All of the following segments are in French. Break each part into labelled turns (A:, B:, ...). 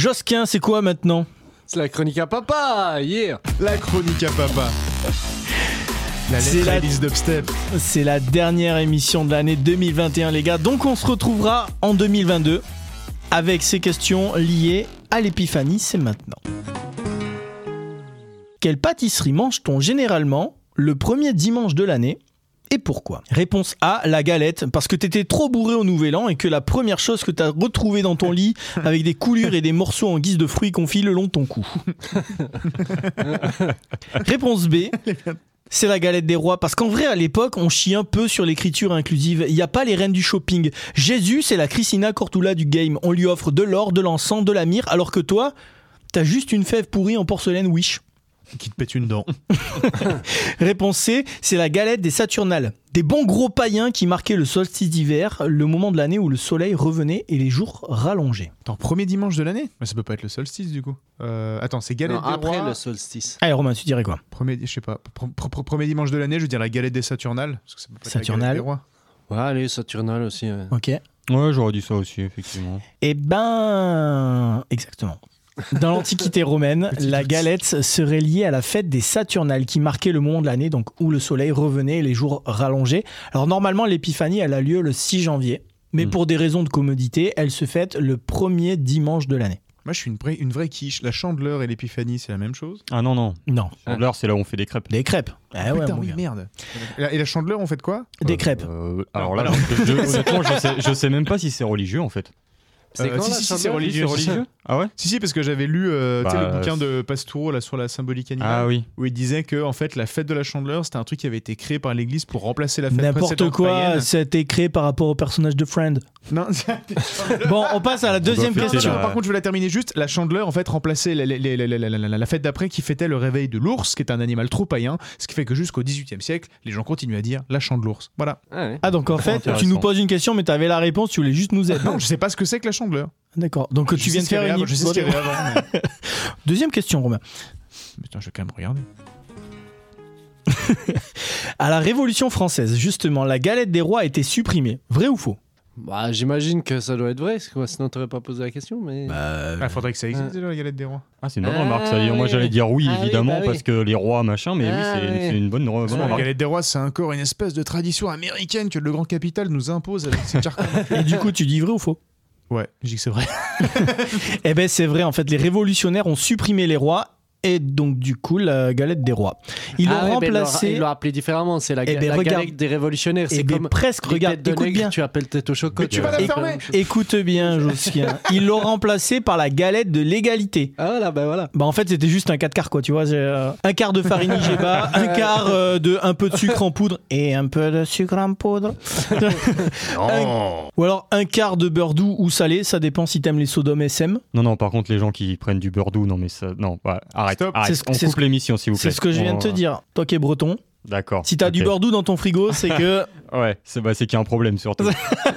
A: Josquin, c'est quoi maintenant
B: C'est la chronique à papa, hier
C: La chronique à papa. La
A: C'est
C: lettre
A: la-
C: Alice Dubstep.
A: C'est la dernière émission de l'année 2021, les gars. Donc, on se retrouvera en 2022 avec ces questions liées à l'épiphanie. C'est maintenant. Quelle pâtisserie mange-t-on généralement le premier dimanche de l'année et pourquoi Réponse A, la galette, parce que t'étais trop bourré au Nouvel An et que la première chose que t'as retrouvée dans ton lit, avec des coulures et des morceaux en guise de fruits confits le long de ton cou. Réponse B, c'est la galette des rois, parce qu'en vrai, à l'époque, on chie un peu sur l'écriture inclusive. Il n'y a pas les reines du shopping. Jésus, c'est la Christina Cortula du game. On lui offre de l'or, de l'encens, de la myrrhe, alors que toi, t'as juste une fève pourrie en porcelaine Wish.
C: Qui te pète une dent.
A: Réponse C, c'est la galette des Saturnales. Des bons gros païens qui marquaient le solstice d'hiver, le moment de l'année où le soleil revenait et les jours rallongeaient.
C: Attends, premier dimanche de l'année Mais ça peut pas être le solstice du coup. Euh, attends, c'est galette
B: Non,
C: des
B: après
C: rois.
B: le solstice.
A: Allez Romain, tu dirais quoi
C: Premier, je sais pas. pr- pr- pr- premier dimanche de l'année, je veux dire la galette des Saturnales. Parce que ça peut pas être la galette
A: Saturnales.
C: des rois.
B: Ouais, allez, Saturnal aussi. ouais.
A: Ok.
D: Ouais, j'aurais dit ça aussi, effectivement.
A: Eh ben, exactement. Dans l'Antiquité romaine, la galette serait liée à la fête des Saturnales qui marquait le moment de l'année, donc où le soleil revenait et les jours rallongeaient. Alors normalement, l'épiphanie, elle a lieu le 6 janvier, mais
D: Mm.
A: pour des raisons de commodité, elle se fête le premier dimanche de l'année.
C: Moi, je suis une, vraie- une vraie quiche. La chandeleur et l'épiphanie, c'est la même chose.
D: Ah non, non.
A: Non,
D: L'heure, c'est là où on fait des crêpes.
A: des crêpes. Ah ouais,
C: Putain,
A: mon
C: oui,
A: gars.
C: merde. Et la, et la chandeleur, on fait de quoi
A: Des crêpes.
D: Euh, alors là, je- je- honnêtement, je sais, je sais même pas si c'est religieux en fait.
B: C'est
C: Euh,
B: quand
C: si,
B: la
C: si, si,
B: Chandeleur
C: c'est religieux.
D: C'est
C: c'est ça.
D: Ah ouais
C: Si, si, parce que j'avais lu euh, tu sais,
D: Bah,
C: le bouquin de Pastoureau là, sur la symbolique animale,
D: Ah oui.
C: où il disait que en fait, la fête de la chandeleur, c'était un truc qui avait été créé par l'église pour remplacer la fête
A: N'importe
C: précédente
A: quoi,
C: païenne.
A: c'était créé par rapport au personnage de Friend.
C: Non,
A: Bon, on passe à la
D: doit
A: deuxième
D: fêter
C: Non,
D: C'est
A: question.
C: non,
D: la-
C: Par contre, je vais la terminer juste. La chandeleur, en fait, remplaçait la, la- la- la- la- la- la- la fête d'après qui fêtait le réveil de l'ours, qui est un animal trop païen, ce qui fait que jusqu'au XVIIIe siècle, les gens continuent à dire la chandelours. Voilà.
B: Ah ouais.
A: Ah donc en fait, tu
D: Intéressant.
A: nous poses une question, mais t'avais la réponse, tu voulais juste nous aider.
C: Non, je sais pas ce que c'est que la chandeleur.
A: D'accord. Donc
C: Je
A: tu
C: sais
A: viens
C: ce
A: de faire
C: qu'il y avait
A: une.
C: avant, Je sais ce qu'il y avait avant. mais-
A: Deuxième question, Romain.
C: Mais Putain, je vais quand même regarder.
A: À la Révolution française, justement, la galette des rois a été supprimée. Vrai ou faux
B: Bah, j'imagine que ça doit être vrai, parce que, ouais, sinon t'aurais pas posé la question, mais.
C: Ah, faudrait que ça existe déjà, la galette des rois.
D: Ah, c'est une bonne
B: Ah
D: remarque. ça. Moi,
B: oui.
D: j'allais dire oui,
B: Ah oui,
D: évidemment,
B: bah oui.
D: parce que les rois, machin, mais oui,
B: Ah
D: c'est
B: oui.
D: c'est une bonne, bonne
B: Ah,
C: la
D: remarque.
C: galette des rois, c'est encore une espèce de tradition américaine que le grand capital nous impose avec ses carcans.
A: Et du coup, tu dis vrai ou faux
C: ouais, je dis que c'est vrai.
A: Eh ben, c'est vrai. En fait, les révolutionnaires ont supprimé les rois et donc du coup la galette des rois. Ils
B: Ah
A: l'ont
B: ouais, ben, il l'aura-
A: remplacée.
B: Il l'a appelé différemment, c'est la,
A: Eh
B: ga-
A: ben,
B: la
A: regarde.
B: galette des révolutionnaires.
A: Eh
B: C'est
A: ben,
B: comme.
A: presque.
B: les
A: Regarde,
B: têtes de
A: écoute
B: nègre,
A: bien.
B: Tu appelles tête au chocolat.
C: Mais tu vas la fermer
A: Écoute bien, Josquin. Ils l'ont remplacée par la galette de l'égalité.
B: Ah voilà, ben voilà.
A: Bah en fait c'était juste un 4 quarts quoi tu vois j'ai, euh, un quart de farine IGBA un quart euh, de un peu de sucre en poudre et un peu de sucre en poudre Un- ou alors un quart de beurre doux ou salé ça dépend si t'aimes les sodomes SM
D: Non, non, par contre, les gens qui prennent du beurre doux, non, mais ça. Non, ouais, arrête.
C: Stop.
D: arrête.
A: C'est ce-
D: on
A: c'est
D: coupe
A: ce-
D: l'émission, s'il vous plaît.
A: c'est ce que je viens de te
D: On-
A: dire toi qui es breton
D: D'accord.
A: si t'as du
D: Oh. Ok.
A: beurre doux dans ton frigo c'est que
D: Ouais, c'est bah, c'est qu'il y a un problème surtout.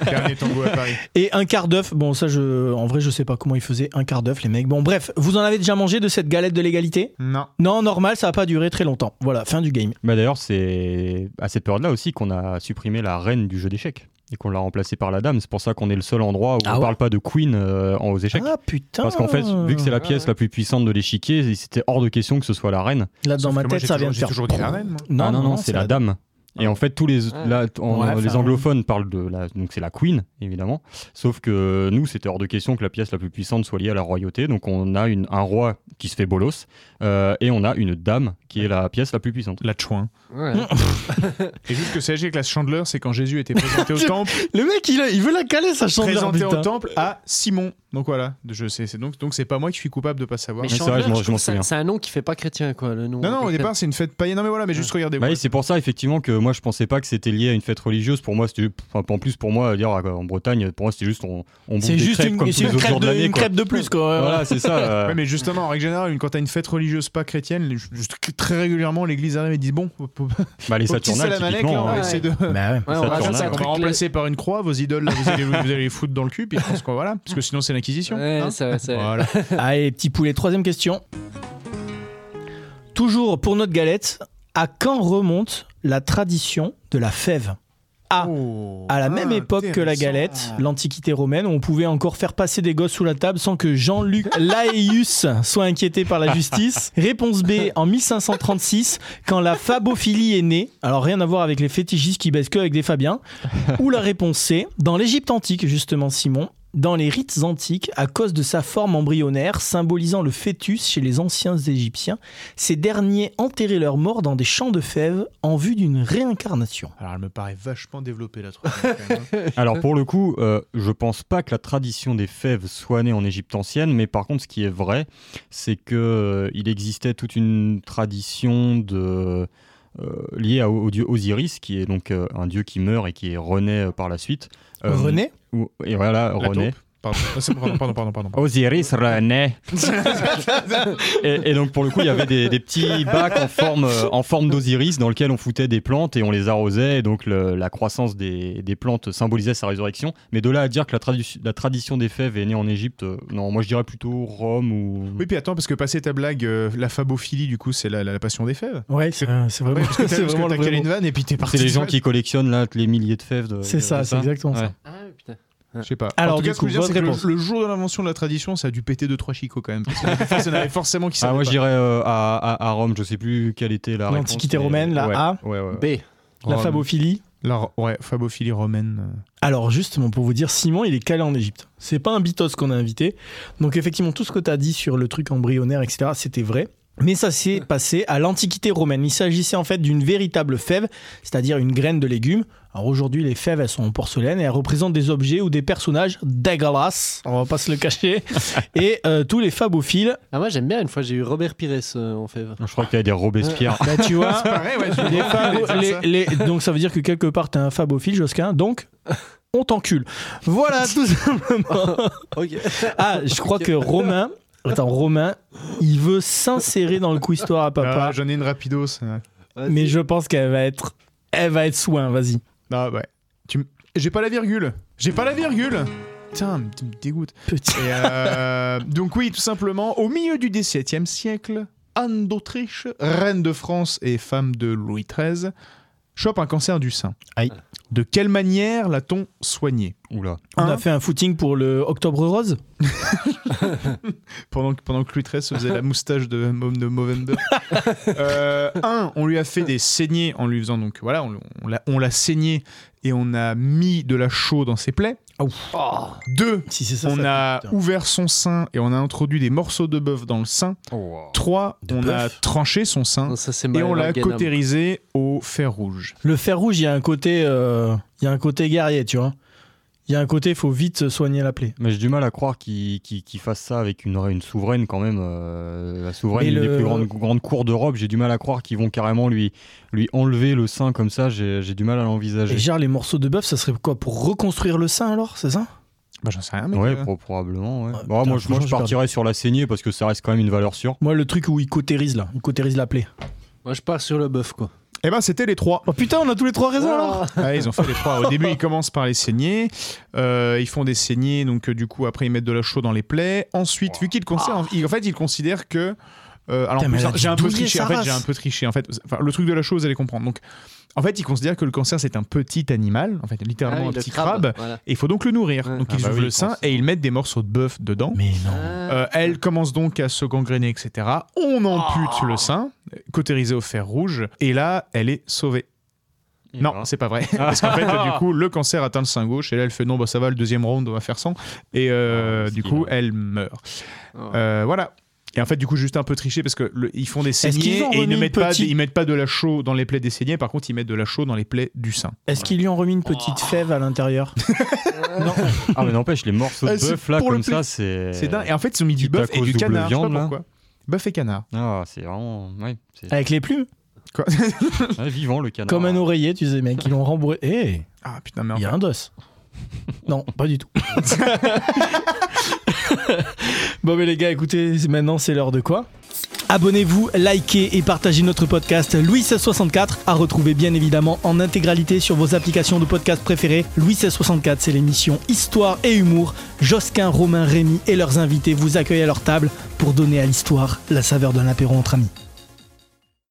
C: Dernier tango à Paris.
A: Et un quart d'œuf, bon ça je, en vrai je sais pas comment ils faisaient un quart d'œuf les mecs. Bon bref, vous en avez déjà mangé de cette galette de l'égalité
C: Non.
A: Non, normal, ça va pas durer très longtemps. Voilà, fin du game.
D: bah, D'ailleurs, c'est à cette période-là aussi qu'on a supprimé la reine du jeu d'échecs et qu'on l'a remplacée par la dame. C'est pour ça qu'on est le seul endroit où
A: Ah
D: on
A: ouais
D: parle pas de queen euh, en- aux échecs.
A: Ah putain.
D: Parce qu'en fait, vu que c'est la pièce
B: ouais.
D: la plus puissante de l'échiquier, c'était hors de question que ce soit la reine.
A: là dans
C: Sauf
A: ma
C: que moi,
A: tête
C: j'ai
A: ça
C: toujours-
A: vient de
C: j'ai
A: faire.
C: toujours dit la reine, moi.
D: Ah non, non, c'est la dame. Et en fait, tous les,
B: Ah.
D: là, en-
A: Ouais,
D: les
A: enfin,
D: anglophones parlent de la. Donc, c'est la queen, évidemment. Sauf que nous, c'était hors de question que la pièce la plus puissante soit liée à la royauté. Donc, on a une, un roi qui se fait bolos euh, et on a une dame qui est la pièce la plus puissante.
C: La chouin.
B: Ouais.
C: Et juste que sachez que la chandeleur, c'est quand Jésus était présenté au temple,
A: Le mec il, a- il veut la caler sa chandeleur
C: présenté au
A: putain.
C: temple à Simon. Donc voilà, je sais. c'est Donc donc c'est pas moi qui suis coupable de pas savoir.
B: Mais
D: c'est vrai,
B: Chandeleur,
D: je m'en-
B: je
D: je m'en
B: trouve ça-
D: souviens.
B: c'est un nom qui fait pas chrétien, quoi, le nom.
C: Non, non, au
B: chrétien.
C: départ, c'est une fête païenne. Non, mais voilà, mais juste regardez.
D: Bah
C: moi
D: oui, c'est pour ça effectivement que moi je pensais pas que c'était lié à une fête religieuse. Pour moi, c'était enfin, en plus pour moi dire ah, en Bretagne, pour moi c'était juste on, on bouffe
A: C'est
D: des
A: juste
D: crêpes
A: une,
D: comme
A: c'est
D: tous les
A: une
D: autres
A: crêpe
D: jours de
A: de,
D: l'année.
A: une
D: quoi.
A: crêpe de plus quoi. ouais,
D: Voilà, c'est ça. euh,
C: Ouais, mais justement, en règle générale, une- quand t'as une fête religieuse pas chrétienne, les- juste que très régulièrement, l'église arrive et dit Bon, au- au-
D: bah, les
C: au petit
D: Saturnales,
C: Salamanec, là, on
D: typiquement.
C: va
D: hein.
B: ouais.
C: essayer de.
A: ouais. Bah ouais.
B: Ouais, on
D: Ça
B: rajoute
D: tourne,
B: un
C: On
D: hein.
C: va
B: truc
C: remplacer par une croix vos idoles, là, vous allez, vous allez les foutre dans le cul, puis je pense qu'on voilà. Parce que sinon, c'est l'inquisition.
B: Ouais,
C: hein.
B: ça- ça-
C: Voilà.
A: Allez, petit poulet, troisième question. Toujours pour notre galette, à quand remonte la tradition de la fève Ah,
C: Oh,
A: à la même époque que la
C: intéressant.
A: galette, l'Antiquité romaine, on pouvait encore faire passer des gosses sous la table sans que Jean-Luc Laeus soit inquiété par la justice. Réponse B, en 1536, quand la fabophilie est née. Alors rien à voir avec les fétichistes qui baissent que avec des Fabiens. Ou la réponse C, dans l'Égypte antique, justement, Simon. Dans les rites antiques, à cause de sa forme embryonnaire symbolisant le fœtus chez les anciens Égyptiens, ces derniers enterraient leurs morts dans des champs de fèves en vue d'une réincarnation.
C: Alors, elle me paraît vachement développée, la troisième. quand même, hein.
D: Alors pour le coup, euh, je pense pas que la tradition des fèves soit née en Égypte ancienne, mais par contre, ce qui est vrai, c'est que euh, il existait toute une tradition de euh, liée à- au, dieu Osiris, qui est donc euh, un dieu qui meurt et qui renaît euh, par la suite. Euh,
A: René
D: ou- Et
C: La
D: voilà, renaît.
C: taupe. Pardon, Ah, c'est- pardon, pardon, pardon, pardon.
D: Osiris renaît. et, et donc pour le coup, il y avait des, des petits bacs en forme, euh, en forme d'Osiris dans lequel on foutait des plantes et on les arrosait. Et donc le- la croissance des, des plantes symbolisait sa résurrection. Mais de là à dire que la, tradu- la tradition des fèves est née en Égypte, euh, non, moi je dirais plutôt Rome ou.
C: Oui, puis attends, parce que passer ta blague, euh, la fabophilie, du coup, c'est la, la- la passion des fèves.
A: Ouais, c'est c'est
C: Ouais,
A: vraiment,
C: parce que t'as-
A: c'est
C: parce
A: vraiment
C: que
A: le
C: t'as
A: vrai
C: calé
A: mot.
C: une vanne et puis t'es parti.
D: C'est les gens
C: direct.
D: qui collectionnent là les milliers de fèves. de-
A: C'est
D: de-
A: ça,
D: de
A: c'est exactement ça.
D: Ouais.
B: Ah, putain.
C: Je sais pas.
A: Alors,
C: en tout
A: du
C: cas, ce que
A: coup,
C: je veux dire,
A: bonne
C: c'est que
A: réponse.
C: le, le jour de l'invention de la tradition, ça a dû péter deux trois chicots quand même. Parce qu'il y en avait forcément- il y en avait forcément qui
D: Ah, moi
C: savaient
D: je dirais euh, à, à- à Rome, je sais plus quelle était la. réponse,
A: L'Antiquité
D: mais-
A: romaine, la
D: ouais.
A: A.
D: Ouais, ouais, ouais.
B: B.
C: pas.
A: La
C: Rome.
A: fabophilie.
C: La ro- ouais, fabophilie romaine.
A: Alors justement, pour vous dire, Simon, il est calé en Égypte. C'est pas un bitos qu'on a invité. Donc effectivement, tout ce que tu as dit sur le truc embryonnaire, etc., c'était vrai. Mais ça s'est passé à l'Antiquité romaine. Il s'agissait en fait d'une véritable fève, c'est-à-dire une graine de légumes. Alors aujourd'hui, les fèves, elles sont en porcelaine et elles représentent des objets ou des personnages dégueulasses. On va pas se le cacher. Et euh, tous les fabophiles,
B: Ah, moi j'aime bien, une fois j'ai eu Robert Pires euh, en fève.
D: Je crois qu'il y a des Robespierre.
A: bah, tu vois,
C: Pareil, ouais.
A: Les fabos- Ah, les-
C: hein.
A: les- donc ça veut dire que quelque part t'es un fabophile Josquin, donc on t'encule. Voilà tout simplement.
B: Ok.
A: Ah, je crois que Romain, attends Romain, il veut s'insérer dans le coup histoire à papa,
C: Bah, J'en ai une rapidos. hein.
A: mais je pense qu'elle va être, elle va être soin. Vas-y.
C: Ah ouais. Tu m- J'ai pas la virgule. J'ai pas la virgule. Putain, mais tu me dégoûtes.
A: Petit.
C: Et euh, donc oui, tout simplement, au milieu du XVIIe siècle, Anne d'Autriche, reine de France et femme de Louis XIII, chope un cancer du sein.
A: Aïe.
C: De quelle manière l'a-t-on soigné
A: Euh,
D: Oula.
A: On a
C: Hein
A: fait un footing pour le Octobre Rose.
C: pendant, que- pendant que Louis XIII se faisait la moustache de, Mo- de Movember. Euh, un, on lui a fait des saignées en lui faisant donc voilà, on, on l'a- on l'a saigné et on a mis de la chaux dans ses plaies. Deux,
A: Oh, Si c'est ça.
C: on
A: ça-
C: a
A: putain.
C: ouvert son sein et on a introduit des morceaux de bœuf dans le sein. Trois,
A: De
C: on a
A: bœuf
C: tranché son sein
B: Non, ça c'est
C: et
B: Maëva
C: on l'a
B: Ganam.
C: cautérisé au fer rouge.
A: Le fer rouge, il y a un côté, euh, il y a un côté guerrier, tu vois. Il y a un côté, faut vite soigner la plaie.
D: Mais j'ai du mal à croire qu'il qu'il- qu'il fasse ça avec une, une souveraine quand même. euh, la souveraine,
A: Mais
D: une des
A: le-
D: plus grandes, grandes cours d'Europe. J'ai du mal à croire qu'ils vont carrément lui, lui enlever le sein comme ça. J'ai j'ai du mal à
A: Et
D: l'envisager.
A: genre les morceaux de bœuf, ça serait quoi pour reconstruire le sein alors, c'est ça
C: Bah j'en sais rien, mais
D: Ouais,
C: euh,
D: pro- probablement. ouais.
A: Ouais,
D: Bah,
A: putain,
D: moi, je, moi,
A: franchement,
D: je
A: j'ai
D: partirais sur la saignée parce que ça reste quand même une valeur sûre.
A: Moi, le truc où il cautérise là, il cautérise la plaie.
B: Moi je pars sur le bœuf quoi.
C: eh ben c'était les trois.
A: Oh putain, on a tous les trois raison alors
C: Ah, ils ont fait les trois. Au début, ils commencent par les saignées. Euh, ils font des saignées, donc euh, du coup, après, ils mettent de la chaux dans les plaies. Ensuite, vu qu'ils considèrent, en fait, ils considèrent que. euh, alors, en
A: Putain, mais
C: plus,
A: elle a
C: j'ai un peu
A: douillé
C: triché.
A: sa
C: En fait,
A: race.
C: j'ai un peu triché. En fait, Enfin, le truc de la chaux, vous allez comprendre. Donc, en fait, ils considèrent que le cancer, c'est un petit animal, en fait,
B: Ah
C: littéralement
B: oui,
C: un
B: le
C: petit crabe.
B: voilà.
C: Et il faut donc le nourrir.
B: Ouais.
C: Donc,
D: Ah
C: ils
D: bah
C: ouvrent
D: oui,
C: le sein
D: forcément.
C: et ils mettent des morceaux de bœuf dedans.
A: Mais non.
B: Ah.
C: Euh, elle commence donc à se gangréner, etc. On ampute
B: Ah.
C: le sein, cautérisé au fer rouge, et là, elle est sauvée.
D: Et
C: Non,
D: voilà. Ah.
C: c'est pas vrai. Parce qu'en fait, du coup, le cancer atteint le sein gauche et là, elle fait non, bah ça va, le deuxième round, on va faire 100. Et euh,
D: Ah,
C: du
D: ce
C: coup,
D: qu'il
C: elle meurt.
B: Ah.
C: Euh, voilà. Et en fait, du coup, juste un peu triché parce que le- ils font des
A: qu'ils
C: saignées
A: ont
C: et ils ne
A: remis
C: mettent pas,
A: petit-
C: des- ils mettent pas de la chaux dans les plaies des saignées. Par contre, ils mettent de la chaux dans les plaies du sein.
A: Est-ce qu'ils lui ont remis une petite fève à l'intérieur
C: euh,
D: Ah, mais n'empêche, les morceaux
C: Ah,
D: de
C: c'est
D: bœuf là,
C: pour le
D: comme
C: pla-
D: ça, c'est.
C: C'est dingue. Et en fait, ils ont mis du
D: petit
C: bœuf et
D: tacos
C: du
D: double
C: canard. Je sais
D: viande,
C: pas
D: là.
C: pourquoi. Bœuf et canard.
D: Ah, c'est vraiment. Ouais, c'est
A: Avec les plumes
C: Quoi
D: ouais, vivant le canard.
A: Comme un oreiller, tu sais, mec, ils l'ont rembourré. Eh,
C: Ah putain, mais
A: il y a un dos. Non, pas du tout. bon, mais les gars, écoutez, c'est- maintenant c'est l'heure de quoi Abonnez-vous, likez et partagez notre podcast Louis 1664 à retrouver bien évidemment en intégralité sur vos applications de podcast préférées. Louis 1664, c'est l'émission Histoire et Humour. Josquin, Romain, Rémy et leurs invités vous accueillent à leur table pour donner à l'histoire la saveur d'un apéro entre amis.